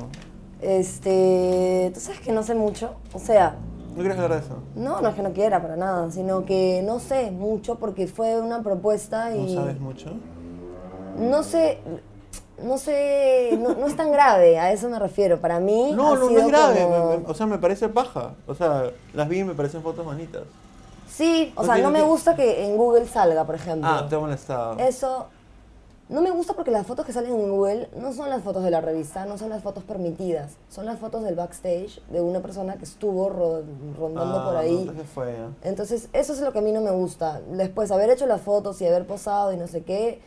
Speaker 2: este. Tú sabes que no sé mucho. O sea,
Speaker 1: ¿No quieres hablar de eso?
Speaker 2: No, no es que no quiera para nada, sino que no sé mucho porque fue una propuesta
Speaker 1: ¿No
Speaker 2: y
Speaker 1: sabes mucho?
Speaker 2: no sé, no sé, no, no es tan grave, a eso me refiero. Para mí
Speaker 1: No,
Speaker 2: ha
Speaker 1: no, no
Speaker 2: sido
Speaker 1: es grave.
Speaker 2: como-
Speaker 1: me- me- o sea, me parece paja. O sea, las vi y me parecen fotos bonitas.
Speaker 2: Sí, o
Speaker 1: No
Speaker 2: sea,
Speaker 1: tiene
Speaker 2: no me
Speaker 1: que-
Speaker 2: gusta que en Google salga, por ejemplo.
Speaker 1: Ah, te ha molestado.
Speaker 2: Eso no me gusta porque las fotos que salen en Google no son las fotos de la revista, no son las fotos permitidas, son las fotos del backstage de una persona que estuvo ro- rondando
Speaker 1: Ah,
Speaker 2: por
Speaker 1: no,
Speaker 2: ahí.
Speaker 1: entonces fue. ¿eh?
Speaker 2: Entonces, eso es lo que a mí no me gusta. Después, haber hecho las fotos y haber posado y no sé qué,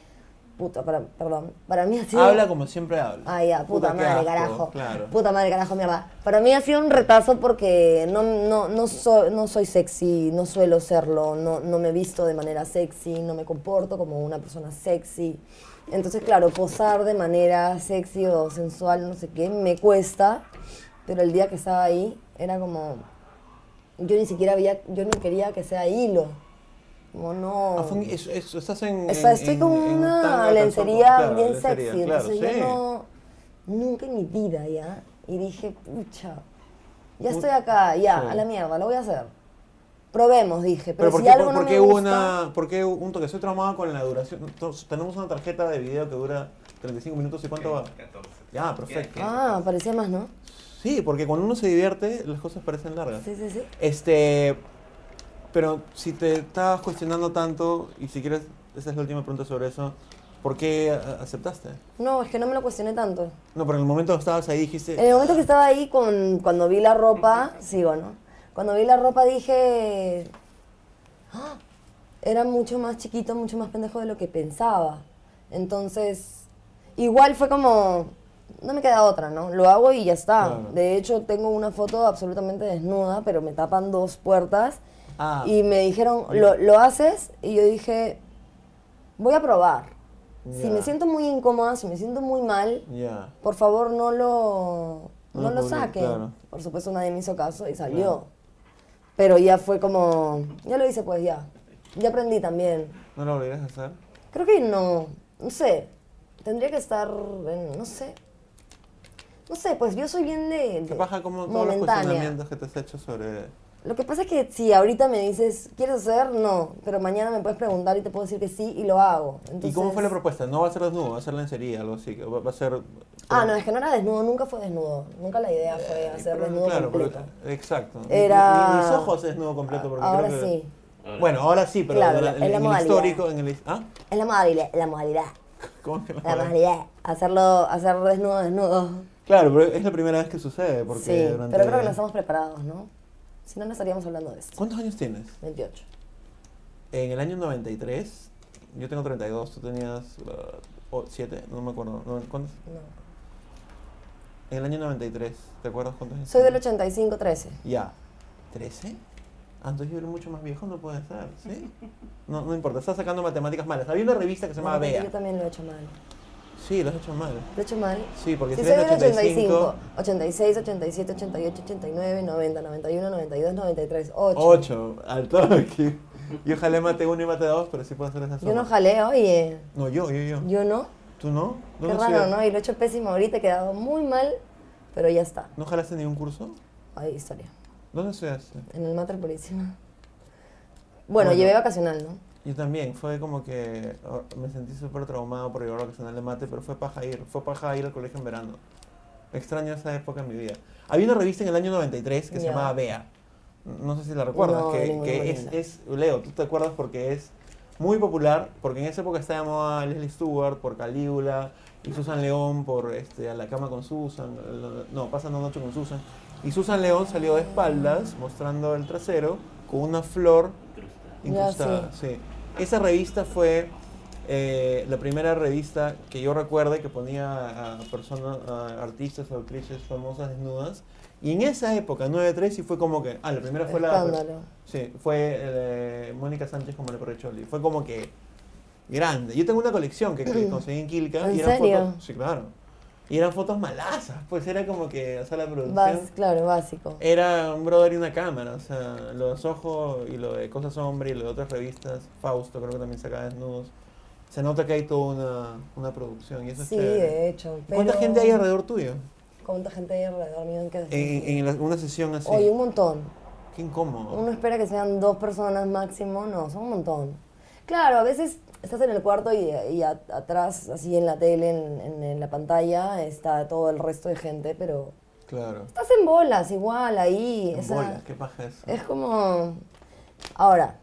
Speaker 2: puta, para, perdón, para mí ha sido...
Speaker 1: Habla como siempre habla.
Speaker 2: Ah, ya, puta,
Speaker 1: qué
Speaker 2: madre,
Speaker 1: asco,
Speaker 2: carajo.
Speaker 1: Claro.
Speaker 2: Puta madre, carajo, mierda. Para mí ha sido un retazo porque no, no, no, so- no soy sexy, no suelo serlo, no, no me visto de manera sexy, no me comporto como una persona sexy. Entonces, claro, posar de manera sexy o sensual, no sé qué, me cuesta. Pero el día que estaba ahí, era como. Yo ni siquiera había. Yo no quería que sea hilo. Como no.
Speaker 1: Ah, fue un- es- es- estás en.
Speaker 2: O sea,
Speaker 1: en-
Speaker 2: estoy
Speaker 1: en-
Speaker 2: con
Speaker 1: en tanga,
Speaker 2: una
Speaker 1: calzón corto,
Speaker 2: lencería
Speaker 1: claro,
Speaker 2: bien
Speaker 1: lencería,
Speaker 2: sexy.
Speaker 1: claro,
Speaker 2: entonces
Speaker 1: sí.
Speaker 2: yo no, nunca en mi vida ya. Y dije, pucha, ya
Speaker 1: Un-
Speaker 2: estoy acá, ya,
Speaker 1: sí.
Speaker 2: a la mierda, lo voy a hacer. Probemos, dije. Pero,
Speaker 1: Pero ¿por
Speaker 2: si
Speaker 1: qué,
Speaker 2: algo
Speaker 1: por-
Speaker 2: no
Speaker 1: por
Speaker 2: me
Speaker 1: qué hubo
Speaker 2: gusta,
Speaker 1: una, por qué un toque? Estoy traumado con la duración. Entonces, tenemos una tarjeta de video que dura 35 minutos y cuánto va.
Speaker 4: 14.
Speaker 1: Ya, perfecto.
Speaker 2: Ah, parecía más, ¿no?
Speaker 1: Sí, porque cuando uno se divierte, las cosas parecen largas.
Speaker 2: Sí, sí, sí.
Speaker 1: Este, pero si te estabas cuestionando tanto, y si quieres, esa es la última pregunta sobre eso, ¿Por qué a- aceptaste?
Speaker 2: No, es que no me lo cuestioné tanto.
Speaker 1: No, pero en el momento que estabas ahí
Speaker 2: En
Speaker 1: dijiste,
Speaker 2: el momento que estaba ahí, con, cuando vi la ropa, sigo, ¿no? Cuando vi la ropa dije, "Ah, era mucho más chiquito, mucho más pendejo de lo que pensaba. Entonces, igual fue como, no me queda otra, ¿no? Lo hago y ya está.
Speaker 1: Claro.
Speaker 2: De hecho, tengo una foto absolutamente desnuda, pero me tapan dos puertas.
Speaker 1: Ah.
Speaker 2: Y me dijeron, ¿Lo, lo haces? Y yo dije, voy a probar. Si
Speaker 1: Ya.
Speaker 2: me siento muy incómoda, si me siento muy mal,
Speaker 1: ya.
Speaker 2: por favor no lo,
Speaker 1: No
Speaker 2: no
Speaker 1: lo
Speaker 2: lo
Speaker 1: publique,
Speaker 2: saquen.
Speaker 1: claro.
Speaker 2: Por supuesto nadie me hizo caso y salió.
Speaker 1: Claro.
Speaker 2: Pero ya fue como, ya lo hice pues ya. Ya aprendí también.
Speaker 1: ¿No lo volverías a hacer?
Speaker 2: Creo que no, no sé. Tendría que estar, en- no sé. No sé, pues yo soy bien de... de
Speaker 1: ¿Qué pasa como todos los
Speaker 2: momentánea.
Speaker 1: cuestionamientos que te has hecho sobre...
Speaker 2: Lo que pasa es que si ahorita me dices, ¿quieres hacer? No, pero mañana me puedes preguntar y te puedo decir que sí y lo hago.
Speaker 1: ¿Y cómo fue la
Speaker 2: Entonces-
Speaker 1: propuesta? No va a ser desnudo, va a ser lencería, algo así. que Va, va a ser...
Speaker 2: Ah, no, es que no era desnudo, nunca fue desnudo. Nunca la idea fue hacer
Speaker 1: Eh, Pero,
Speaker 2: desnudo
Speaker 1: claro, pero-
Speaker 2: completo.
Speaker 1: exacto.
Speaker 2: Era-
Speaker 1: Ni- ni mis ojos es desnudo completo. Porque
Speaker 2: Ahora
Speaker 1: creo que-
Speaker 2: sí.
Speaker 1: Bueno, ahora sí, pero
Speaker 2: Claro,
Speaker 1: en, la-
Speaker 2: en
Speaker 1: en
Speaker 2: la
Speaker 1: el
Speaker 2: modalidad.
Speaker 1: histórico, en el... ¿Ah?
Speaker 2: Es la modalidad, la modalidad,
Speaker 1: ¿Cómo que no?
Speaker 2: la modalidad. Hacerlo, hacer desnudo, desnudo.
Speaker 1: Claro, pero es la primera vez que sucede. Porque
Speaker 2: sí,
Speaker 1: durante-
Speaker 2: pero creo que nos estamos preparados, ¿no? Si no, no estaríamos hablando de esto.
Speaker 1: ¿Cuántos años tienes?
Speaker 2: 28.
Speaker 1: En el año 93, yo tengo 32, tú tenías 7, no me acuerdo. no, ¿cuántos?
Speaker 2: No.
Speaker 1: En el año 93, ¿te acuerdas cuántos años
Speaker 2: Soy del
Speaker 1: tenías?
Speaker 2: 85, 13.
Speaker 1: Ya. ¿13? Ah, entonces yo era mucho más viejo, no puede ser, ¿sí? No, no importa, estás sacando matemáticas malas. Había una revista que se llamaba
Speaker 2: No, Yo
Speaker 1: Bea.
Speaker 2: también lo he hecho mal.
Speaker 1: Sí, lo has hecho mal.
Speaker 2: Lo he hecho mal.
Speaker 1: Sí, porque
Speaker 2: Si
Speaker 1: si eres
Speaker 2: soy del
Speaker 1: 85,
Speaker 2: 85, 86, 87, 88, 89, 90, 91, 92, 93, 8.
Speaker 1: 8, al toque. Yo jalé mate 1 y mate 2, pero sí puedo hacer esas
Speaker 2: Yo no
Speaker 1: sumas.
Speaker 2: jalé, oye.
Speaker 1: No, yo, yo, yo.
Speaker 2: Yo no.
Speaker 1: ¿Tú no?
Speaker 2: Qué
Speaker 1: no
Speaker 2: raro, ¿no? Y lo he hecho pésimo ahorita, he quedado muy mal, pero ya está.
Speaker 1: ¿No jalaste ningún curso?
Speaker 2: Hay historia.
Speaker 1: ¿Dónde estudiaste?
Speaker 2: En el Mater Purísima. Bueno,
Speaker 1: Bueno.
Speaker 2: llevé vacacional, ¿no?
Speaker 1: Yo también, fue como que oh, me sentí súper traumado por llevar vacacional de mate, pero fue paja ir, fue paja ir al colegio en verano. Extraño esa época en mi vida. Había una revista en el año 93 que se
Speaker 2: Ya.
Speaker 1: llamaba Bea. No sé si la recuerdas,
Speaker 2: No,
Speaker 1: que,
Speaker 2: no me
Speaker 1: que es,
Speaker 2: acuerdo.
Speaker 1: es, Leo, tú te acuerdas porque es muy popular, porque en esa época estaba de moda Leslie Stewart por Calígula y Susan León por este, A la cama con Susan, no, Pasando Noche con Susan. Y Susan León salió de espaldas mostrando el trasero con una flor Incrustada,
Speaker 2: Ya,
Speaker 1: sí. Esa revista fue eh, la primera revista que yo recuerde que ponía a personas, a artistas o actrices famosas desnudas. Y en esa época, 9-3, sí fue como que. Ah, la primera fue la.
Speaker 2: Escándalo.
Speaker 1: Sí, fue eh, Mónica Sánchez como la Choli. Fue como que grande. Yo tengo una colección que,
Speaker 2: [clears throat]
Speaker 1: que conseguí en Quilca.
Speaker 2: ¿En
Speaker 1: y eran
Speaker 2: serio?
Speaker 1: Fotos, sí, claro. Y eran fotos malazas. Pues era como que, o sea, la producción.
Speaker 2: Bas- claro, básico.
Speaker 1: Era un brother y una cámara, o sea, lo de Soho y lo de Cosas Hombre y lo de otras revistas, Fausto creo que también saca desnudos. Se nota que hay toda una, una producción y eso es
Speaker 2: Sí,
Speaker 1: chévere.
Speaker 2: de hecho. Pero...
Speaker 1: ¿Cuánta gente hay alrededor tuyo?
Speaker 2: ¿Cuánta gente hay alrededor mío en que
Speaker 1: En, Oh. en la- una sesión así.
Speaker 2: Oye, un montón.
Speaker 1: Qué incómodo.
Speaker 2: Uno espera que sean dos personas máximo, no, son un montón. Claro, a veces estás en el cuarto y, y a- atrás, así en la tele, en, en- en la pantalla, está todo el resto de gente, pero
Speaker 1: Claro.
Speaker 2: estás en bolas igual ahí.
Speaker 1: En
Speaker 2: o sea,
Speaker 1: bolas, qué paja eso.
Speaker 2: Es como. Ahora,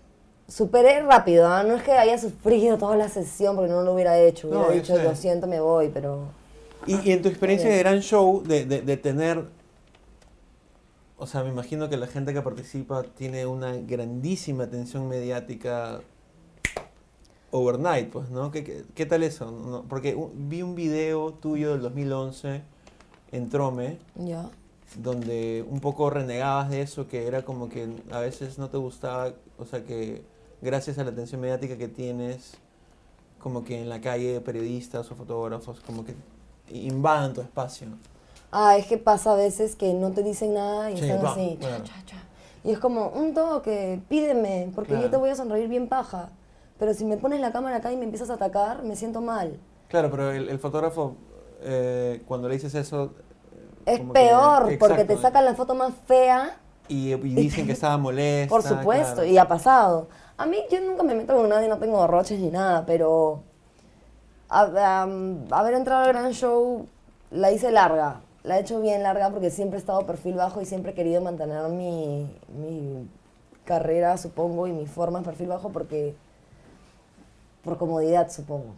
Speaker 2: superé rápido, ¿ah? no es que haya sufrido toda la sesión porque no lo hubiera hecho.
Speaker 1: No,
Speaker 2: Hubiera
Speaker 1: yo
Speaker 2: dicho,
Speaker 1: sé.
Speaker 2: lo siento, me voy, pero.
Speaker 1: Y, y en tu experiencia
Speaker 2: Oye.
Speaker 1: de gran show, de, de- de tener. O sea, me imagino que la gente que participa tiene una grandísima atención mediática overnight, pues, ¿no? ¿Qué, qué, qué tal eso? No, porque u- vi un video tuyo del 2011 en Trome,
Speaker 2: Ya.
Speaker 1: donde un poco renegabas de eso, que era como que a veces no te gustaba, o sea, que gracias a la atención mediática que tienes, como que en la calle periodistas o fotógrafos, como que invadan tu espacio.
Speaker 2: Ah, es que pasa a veces que no te dicen nada y
Speaker 1: Sí,
Speaker 2: están
Speaker 1: pa,
Speaker 2: así. cha,
Speaker 1: claro.
Speaker 2: cha, cha. Y es como, un toque, pídeme, porque
Speaker 1: Claro.
Speaker 2: yo te voy a sonreír bien paja. Pero si me pones la cámara acá y me empiezas a atacar, me siento mal.
Speaker 1: Claro, pero el, el fotógrafo, eh, cuando le dices eso... eh,
Speaker 2: Es
Speaker 1: como que-
Speaker 2: peor, porque
Speaker 1: exacto,
Speaker 2: te sacan la foto más fea,
Speaker 1: Y, y dicen que estaba molesta.
Speaker 2: [laughs] por supuesto,
Speaker 1: claro.
Speaker 2: y ha pasado. A mí, yo nunca me meto con nadie, no tengo roches ni nada, pero... a- am, haber entrado al gran show, la hice larga. La he hecho bien larga porque siempre he estado perfil bajo y siempre he querido mantener mi, mi carrera, supongo, y mi forma en perfil bajo porque... Por comodidad, supongo.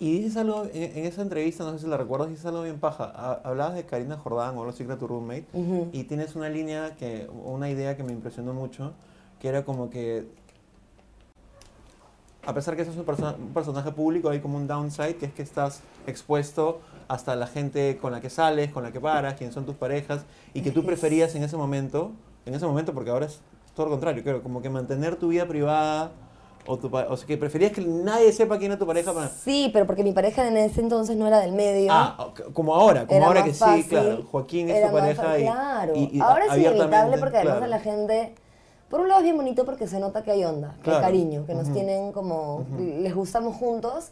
Speaker 1: Y dices algo, en, en esa entrevista, no sé si la recuerdas, dices algo bien paja. Ha- Hablabas de Karina Jordán o algo así que era tu roommate.
Speaker 2: Ujú.
Speaker 1: Y tienes una línea, que una idea que me impresionó mucho, que era como que... A pesar que sos un, perso- un personaje público, hay como un downside, que es que estás expuesto hasta la gente con la que sales, con la que paras, quiénes son tus parejas, y que tú preferías en ese momento, en ese momento, porque ahora es todo lo contrario, creo, como que mantener tu vida privada, o, tu, pa- o sea, que preferías que nadie sepa quién era tu pareja para...
Speaker 2: Sí, pero porque mi pareja en ese entonces no era del medio.
Speaker 1: Ah, ok, como ahora, como
Speaker 2: Era
Speaker 1: ahora
Speaker 2: más
Speaker 1: que
Speaker 2: fácil,
Speaker 1: sí, claro. Joaquín es
Speaker 2: era
Speaker 1: tu
Speaker 2: más
Speaker 1: pareja
Speaker 2: fa-
Speaker 1: y,
Speaker 2: Claro.
Speaker 1: y- y
Speaker 2: Ahora es
Speaker 1: abiertamente,
Speaker 2: inevitable porque además a
Speaker 1: claro.
Speaker 2: la gente. Por un lado es bien bonito porque se nota que hay onda, que hay
Speaker 1: Claro.
Speaker 2: cariño, que nos
Speaker 1: Ujú.
Speaker 2: tienen como. Les gustamos juntos.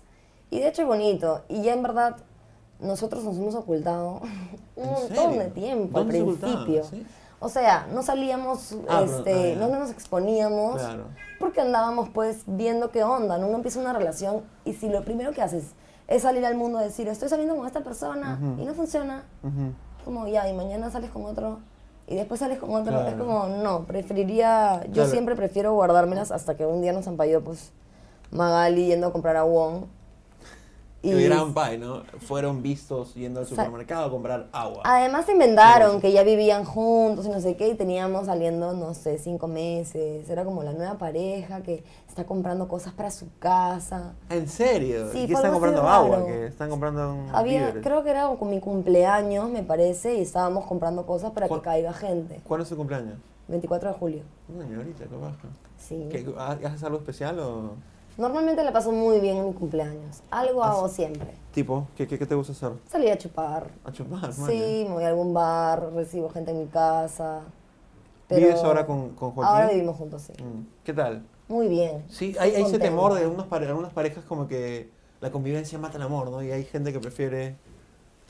Speaker 2: Y de hecho es bonito. Y ya en verdad, nosotros nos hemos ocultado [laughs] un
Speaker 1: ¿En
Speaker 2: montón de
Speaker 1: serio?
Speaker 2: tiempo al
Speaker 1: ¿Dónde se ocultaban?
Speaker 2: principio.
Speaker 1: ¿Sí?
Speaker 2: O sea, no salíamos,
Speaker 1: Ah, pero-
Speaker 2: este,
Speaker 1: ah, ya.
Speaker 2: no nos exponíamos,
Speaker 1: Claro.
Speaker 2: porque andábamos pues viendo qué onda, ¿no? Uno empieza una relación y si lo primero que haces es salir al mundo a decir, estoy saliendo con esta persona
Speaker 1: Ujú.
Speaker 2: y no funciona,
Speaker 1: Ujú.
Speaker 2: como ya, y mañana sales con otro, y después sales con otro,
Speaker 1: Claro.
Speaker 2: es como, no, preferiría, yo
Speaker 1: Claro.
Speaker 2: siempre prefiero guardármelas hasta que un día nos ampalló pues Magali yendo a comprar a Wong.
Speaker 1: Qué gran pie, ¿no? Fueron vistos yendo al
Speaker 2: Sa- Ah,
Speaker 1: supermercado a comprar agua.
Speaker 2: Además inventaron que ya vivían juntos y no sé qué, y teníamos saliendo, no sé, cinco meses. Era como la nueva pareja que está comprando cosas para su casa.
Speaker 1: ¿En serio?
Speaker 2: Sí,
Speaker 1: ¿Y
Speaker 2: fue
Speaker 1: ¿Qué
Speaker 2: algo así
Speaker 1: están comprando
Speaker 2: raro.
Speaker 1: agua? que ¿Están comprando un
Speaker 2: Había,
Speaker 1: víveres.
Speaker 2: creo que era con mi cumpleaños, me parece, y estábamos comprando cosas para que
Speaker 1: ¿Cuál-
Speaker 2: caiga gente.
Speaker 1: ¿Cuándo es tu cumpleaños?
Speaker 2: 24 de julio.
Speaker 1: Bueno, ahorita, capaz.
Speaker 2: Sí.
Speaker 1: ¿Qué- ha- ¿Haces algo especial o...?
Speaker 2: Normalmente la paso muy bien en mi cumpleaños. Algo
Speaker 1: Ah,
Speaker 2: hago siempre.
Speaker 1: Tipo, ¿qué, qué, qué te gusta hacer?
Speaker 2: Salí a chupar.
Speaker 1: A chupar,
Speaker 2: Sí, me voy a algún bar, recibo gente en mi casa.
Speaker 1: ¿Vives ahora con- con Joaquín?
Speaker 2: Ahora vivimos juntos, sí.
Speaker 1: maña. Mm, ¿Qué tal?
Speaker 2: Muy bien.
Speaker 1: Sí, hay, hay ese
Speaker 2: Contenta.
Speaker 1: temor de algunas, pare- algunas parejas como que la convivencia mata el amor, ¿no? Y hay gente que prefiere...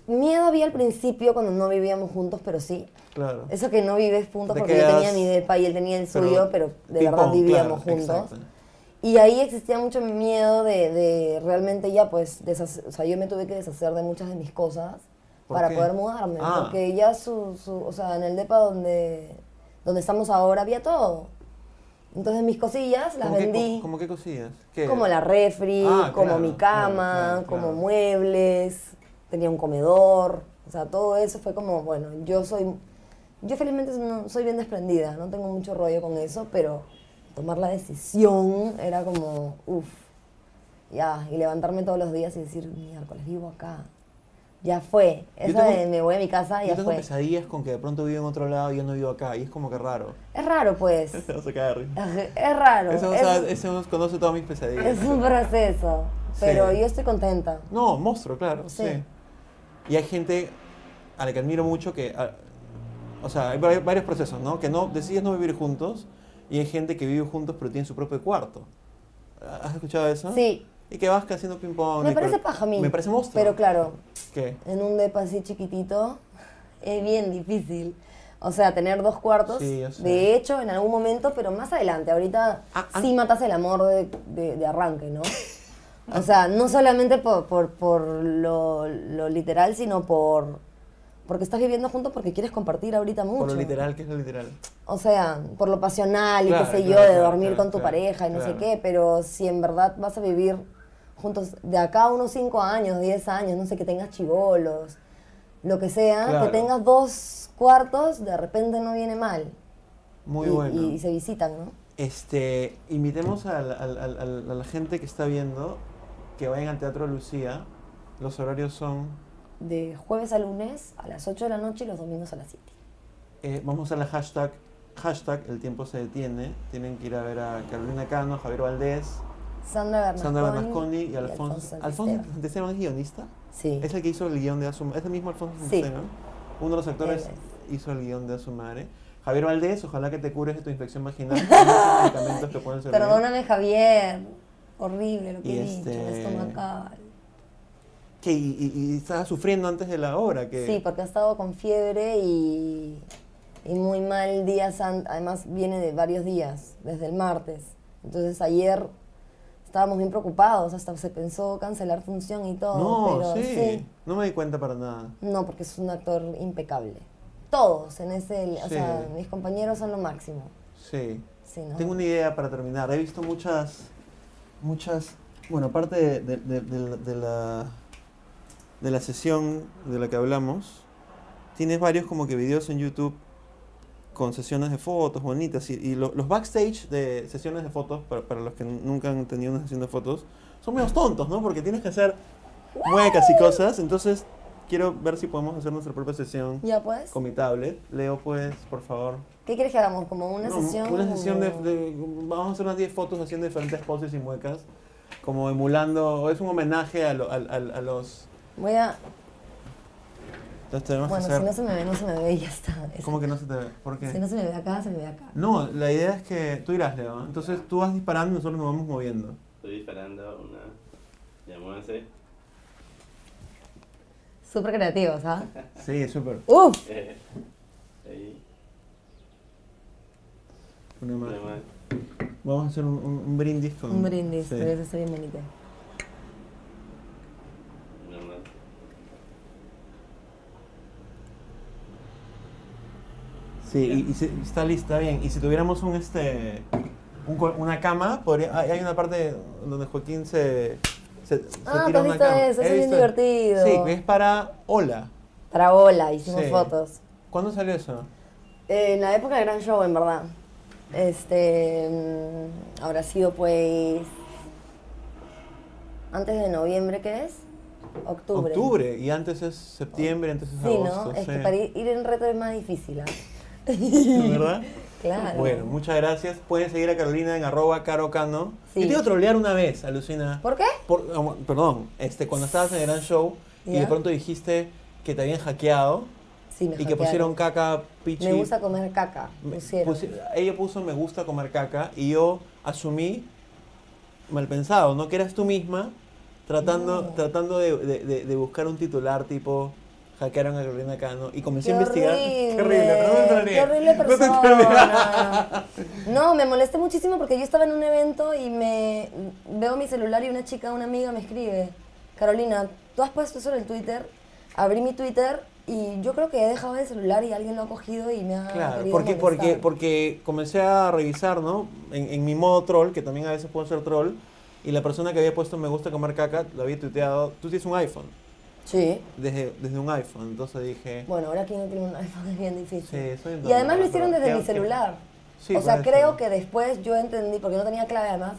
Speaker 2: Miedo había al principio cuando no vivíamos juntos, pero sí.
Speaker 1: Claro.
Speaker 2: Eso que no vives juntos
Speaker 1: Te
Speaker 2: porque yo
Speaker 1: quedas-
Speaker 2: tenía mi depa y él tenía el
Speaker 1: pero
Speaker 2: suyo, pero de
Speaker 1: ping-pong,
Speaker 2: verdad vivíamos
Speaker 1: claro,
Speaker 2: juntos.
Speaker 1: exacto.
Speaker 2: Y ahí existía mucho miedo de, de realmente ya, pues, deshacer- o sea, yo me tuve que deshacer de muchas de mis cosas
Speaker 1: ¿Por
Speaker 2: para
Speaker 1: qué?
Speaker 2: poder mudarme.
Speaker 1: Ah.
Speaker 2: Porque ya su, su- o sea, en el depa donde, donde estamos ahora había todo. Entonces mis cosillas las
Speaker 1: ¿Cómo qué co-
Speaker 2: vendí.
Speaker 1: ¿Cómo qué cosillas? ¿Qué?
Speaker 2: Como la refri,
Speaker 1: Ah,
Speaker 2: como
Speaker 1: claro,
Speaker 2: mi
Speaker 1: claro,
Speaker 2: cama,
Speaker 1: claro,
Speaker 2: como
Speaker 1: claro.
Speaker 2: muebles, tenía un comedor, o sea, todo eso fue como, bueno, yo soy, yo felizmente no- soy bien desprendida, no tengo mucho rollo con eso, pero tomar la decisión era como, uff, ya, y levantarme todos los días y decir, miércoles vivo acá, ya fue,
Speaker 1: Yo
Speaker 2: esa
Speaker 1: tengo-
Speaker 2: de me voy a mi casa,
Speaker 1: Yo
Speaker 2: ya
Speaker 1: tengo
Speaker 2: fue.
Speaker 1: pesadillas con que de pronto vivo en otro lado y yo no vivo acá, y es como que raro.
Speaker 2: Es raro pues,
Speaker 1: [laughs] Se va a sacar de risa.
Speaker 2: es raro,
Speaker 1: Ese no
Speaker 2: es-
Speaker 1: sabe- ese no conoce todas mis pesadillas.
Speaker 2: es un proceso,
Speaker 1: Sí.
Speaker 2: pero yo estoy contenta.
Speaker 1: No, monstruo, claro, sí.
Speaker 2: Sí.
Speaker 1: Y hay gente a la que admiro mucho que... ah, o sea, hay vari- varios procesos, ¿no? Que no decides no vivir juntos y hay gente que vive juntos pero tiene su propio cuarto. ¿Has escuchado eso?
Speaker 2: Sí,
Speaker 1: Y que vas haciendo ping-pong.
Speaker 2: Me
Speaker 1: y
Speaker 2: parece
Speaker 1: col-
Speaker 2: paja a mí.
Speaker 1: Me parece monstruo.
Speaker 2: Pero claro,
Speaker 1: ¿Qué?
Speaker 2: en un depa así chiquitito [laughs] es bien difícil. O sea, tener dos cuartos,
Speaker 1: Sí, yo sé.
Speaker 2: de hecho, en algún momento, pero más adelante. Ahorita
Speaker 1: Ah, ah.
Speaker 2: sí matas el amor de, de- de arranque, ¿no? O sea, no solamente por, por- por lo, lo literal, sino por... Porque estás viviendo juntos porque quieres compartir ahorita mucho.
Speaker 1: Por lo literal, ¿qué es lo literal?
Speaker 2: O sea, por lo pasional y
Speaker 1: Claro,
Speaker 2: qué sé
Speaker 1: claro,
Speaker 2: yo, de
Speaker 1: claro,
Speaker 2: dormir
Speaker 1: claro,
Speaker 2: con tu
Speaker 1: claro,
Speaker 2: pareja y no sé
Speaker 1: claro.
Speaker 2: qué, pero si en verdad vas a vivir juntos de acá a unos 5 años, 10 años, no sé, que tengas chivolos, lo que sea,
Speaker 1: Claro.
Speaker 2: que tengas dos cuartos, de repente no viene mal.
Speaker 1: Muy
Speaker 2: y,
Speaker 1: bueno.
Speaker 2: Y, se visitan, ¿no?
Speaker 1: Este, invitemos a la, al- al- al- a la gente que está viendo que vayan al Teatro Lucía. Los horarios son...
Speaker 2: De jueves a lunes a las 8 de la noche y los domingos a las 7.
Speaker 1: eh, vamos a la hashtag, hashtag El Tiempo Se Detiene. Tienen que ir a ver a Carolina Cano, Javier Valdés,
Speaker 2: Sandra Bernasconi.
Speaker 1: Sandra Bernasconi y
Speaker 2: Alfonso
Speaker 1: Alfonso... ¿Alfonso
Speaker 2: Santisteban.
Speaker 1: Santisteban es guionista?
Speaker 2: Sí.
Speaker 1: Es el que hizo el guión de Azumare. Es el mismo Alfonso
Speaker 2: Sí.
Speaker 1: Santisteban. Uno de los actores
Speaker 2: Él
Speaker 1: hizo el guión de Azumare. Javier Valdés, ojalá que te cures de tu infección
Speaker 2: [laughs]
Speaker 1: vaginal. Hay muchos medicamentos que pueden servir.
Speaker 2: Perdóname, Javier. Horrible lo que
Speaker 1: Y
Speaker 2: he dicho,
Speaker 1: este-
Speaker 2: estomacal.
Speaker 1: Que, y, y- y estaba sufriendo antes de la hora. Que,
Speaker 2: Sí, porque ha estado con fiebre y, y muy mal días an- Además, viene de varios días, desde el martes. Entonces, ayer estábamos bien preocupados. Hasta se pensó cancelar función y todo.
Speaker 1: No,
Speaker 2: pero
Speaker 1: sí, No me di cuenta para nada.
Speaker 2: No, porque es un actor impecable. Todos en ese. O
Speaker 1: Sí.
Speaker 2: sea, mis compañeros son lo máximo.
Speaker 1: Sí.
Speaker 2: Sí, ¿no?
Speaker 1: Tengo una idea para terminar. He visto muchas, muchas Bueno, aparte de, de- de- de- de la, de la sesión de la que hablamos, tienes varios como que videos en YouTube con sesiones de fotos bonitas y, y lo- los backstage de sesiones de fotos, para, para los que nunca han tenido una sesión de fotos, son menos tontos, ¿no? Porque tienes que hacer muecas y cosas, entonces quiero ver si podemos hacer nuestra propia sesión
Speaker 2: Ya pues.
Speaker 1: con mi tablet. Leo, pues, por favor.
Speaker 2: ¿Qué quieres que hagamos? Como una
Speaker 1: No,
Speaker 2: sesión.
Speaker 1: Una sesión de,
Speaker 2: como-
Speaker 1: de- Vamos a hacer unas 10 fotos haciendo diferentes poses y muecas. Como emulando. Es un homenaje a, lo- al- al- a los.
Speaker 2: Voy a.
Speaker 1: Entonces tenemos
Speaker 2: Bueno,
Speaker 1: que hacer.
Speaker 2: si no se me ve, no se me ve y ya está. Es-
Speaker 1: ¿Cómo que no se te ve? ¿Por qué?
Speaker 2: Si no se me ve acá, se me ve acá.
Speaker 1: No, la idea es que tú irás, Leo. ¿eh? Entonces tú vas disparando y nosotros nos vamos moviendo.
Speaker 4: Estoy disparando una. Llamándose.
Speaker 2: Súper creativos, ¿ah?
Speaker 1: Sí, súper.
Speaker 2: ¡Uf!
Speaker 4: Eh, ahí.
Speaker 1: Una más.
Speaker 4: Una más.
Speaker 1: Vamos a hacer un, un- un brindis con.
Speaker 2: Un brindis,
Speaker 1: Mm, Sí.
Speaker 2: pero eso está bien bonito.
Speaker 4: Una más.
Speaker 1: Sí, y, y si- está lista, bien. Y si tuviéramos un este un col- una cama, podría, hay hay una parte donde Joaquín se, se, se
Speaker 2: Ah,
Speaker 1: tira
Speaker 2: ¿tú
Speaker 1: una
Speaker 2: has visto
Speaker 1: cama.
Speaker 2: eso?
Speaker 1: He
Speaker 2: Eso es bien
Speaker 1: visto-
Speaker 2: divertido.
Speaker 1: Sí, es para Hola.
Speaker 2: Para bola, hicimos
Speaker 1: Sí.
Speaker 2: fotos.
Speaker 1: ¿Cuándo salió eso?
Speaker 2: Eh, en la época del gran show, en verdad. Este. mm, Habrá sido pues. Antes de noviembre, ¿qué es? Octubre.
Speaker 1: Y antes es septiembre, antes es
Speaker 2: Sí,
Speaker 1: agosto.
Speaker 2: ¿no? Es que
Speaker 1: sí. [laughs]
Speaker 2: para ir ir en retro es más difícil, ¿ah?
Speaker 1: ¿Verdad?
Speaker 2: [laughs] Claro.
Speaker 1: Bueno, muchas gracias. Pueden seguir a Carolina en arroba carocano.
Speaker 2: Sí.
Speaker 1: Yo te iba a trolear una vez, alucina.
Speaker 2: ¿Por qué?
Speaker 1: Por- um, perdón, este, cuando estabas en el gran show y de
Speaker 2: Ya.
Speaker 1: pronto dijiste que te habían hackeado
Speaker 2: Sí, me
Speaker 1: y que
Speaker 2: hackearon.
Speaker 1: pusieron caca, pichi.
Speaker 2: Me gusta comer caca.
Speaker 1: Me-
Speaker 2: Pusieron.
Speaker 1: pusi- ella puso me gusta comer caca y yo asumí mal pensado, ¿no? Que eras tú misma tratando,
Speaker 2: No.
Speaker 1: tratando de, de- de- de buscar un titular tipo hackearon a Carolina Cano y comencé
Speaker 2: Qué
Speaker 1: a investigar. [laughs] Qué
Speaker 2: horrible,
Speaker 1: horrible, pero no te troleé.
Speaker 2: qué horrible
Speaker 1: [laughs] No te
Speaker 2: persona.
Speaker 1: troleé.
Speaker 2: No, me molesté muchísimo porque yo estaba en un evento y me veo mi celular y una chica, una amiga me escribe, Carolina, tú has puesto eso en el Twitter, abrí mi Twitter y yo creo que he dejado el celular y alguien lo ha cogido y me ha
Speaker 1: [laughs] Claro,
Speaker 2: querido
Speaker 1: porque, porque,
Speaker 2: molestar".
Speaker 1: porque comencé a revisar, ¿no? En, en mi modo troll, que también a veces puedo ser troll, y la persona que había puesto me gusta comer caca, lo había tuiteado, tú tienes un iPhone,
Speaker 2: Sí.
Speaker 1: desde, desde un iPhone, entonces dije...
Speaker 2: Bueno, ahora aquí no tiene [laughs] un iPhone, es bien difícil.
Speaker 1: Sí, soy un
Speaker 2: y además lo
Speaker 1: tonto,
Speaker 2: hicieron
Speaker 1: pero
Speaker 2: desde
Speaker 1: qué-
Speaker 2: mi
Speaker 1: qué-
Speaker 2: celular.
Speaker 1: Sí,
Speaker 2: o sea,
Speaker 1: por eso.
Speaker 2: creo que después yo entendí, porque no tenía clave además,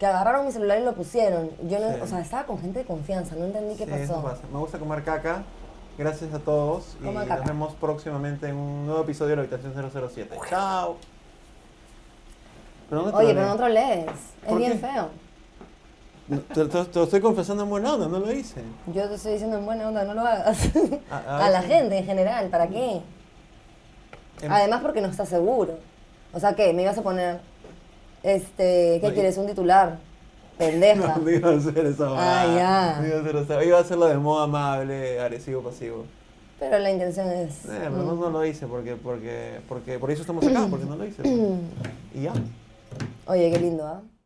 Speaker 2: que agarraron mi celular y lo pusieron. Yo no,
Speaker 1: Sí.
Speaker 2: O sea, estaba con gente de confianza, no entendí qué
Speaker 1: Sí,
Speaker 2: pasó.
Speaker 1: eso pasa. Me gusta comer caca. Gracias a todos y
Speaker 2: Coman
Speaker 1: nos
Speaker 2: caca.
Speaker 1: vemos próximamente en un nuevo episodio de la habitación 007. Chao. Pero no te
Speaker 2: Oye,
Speaker 1: troleo.
Speaker 2: pero no trolees. Es
Speaker 1: ¿Por
Speaker 2: bien
Speaker 1: qué?
Speaker 2: feo.
Speaker 1: No, te, te- te lo estoy confesando en buena onda, no lo hice.
Speaker 2: Yo te estoy diciendo en buena onda, no lo hagas.
Speaker 1: A-
Speaker 2: [laughs] A,
Speaker 1: a
Speaker 2: la
Speaker 1: veces-
Speaker 2: gente en general, ¿para qué?
Speaker 1: Em-
Speaker 2: Además porque no estás seguro. O sea, ¿qué? Me ibas a poner, este, ¿qué
Speaker 1: No, y-
Speaker 2: quieres? Un titular. Pendeja.
Speaker 1: [laughs] No, no iba a hacer esa
Speaker 2: Ah,
Speaker 1: huevada.
Speaker 2: ya.
Speaker 1: No iba a hacer esa- Iba a hacer lo de modo amable, agresivo, pasivo.
Speaker 2: Pero la intención es...
Speaker 1: Eh, pero no, no lo hice porque,
Speaker 2: [clears throat]
Speaker 1: porque, porque por eso estamos acá, porque no lo hice. y ya.
Speaker 2: Oye, qué lindo, ¿ah?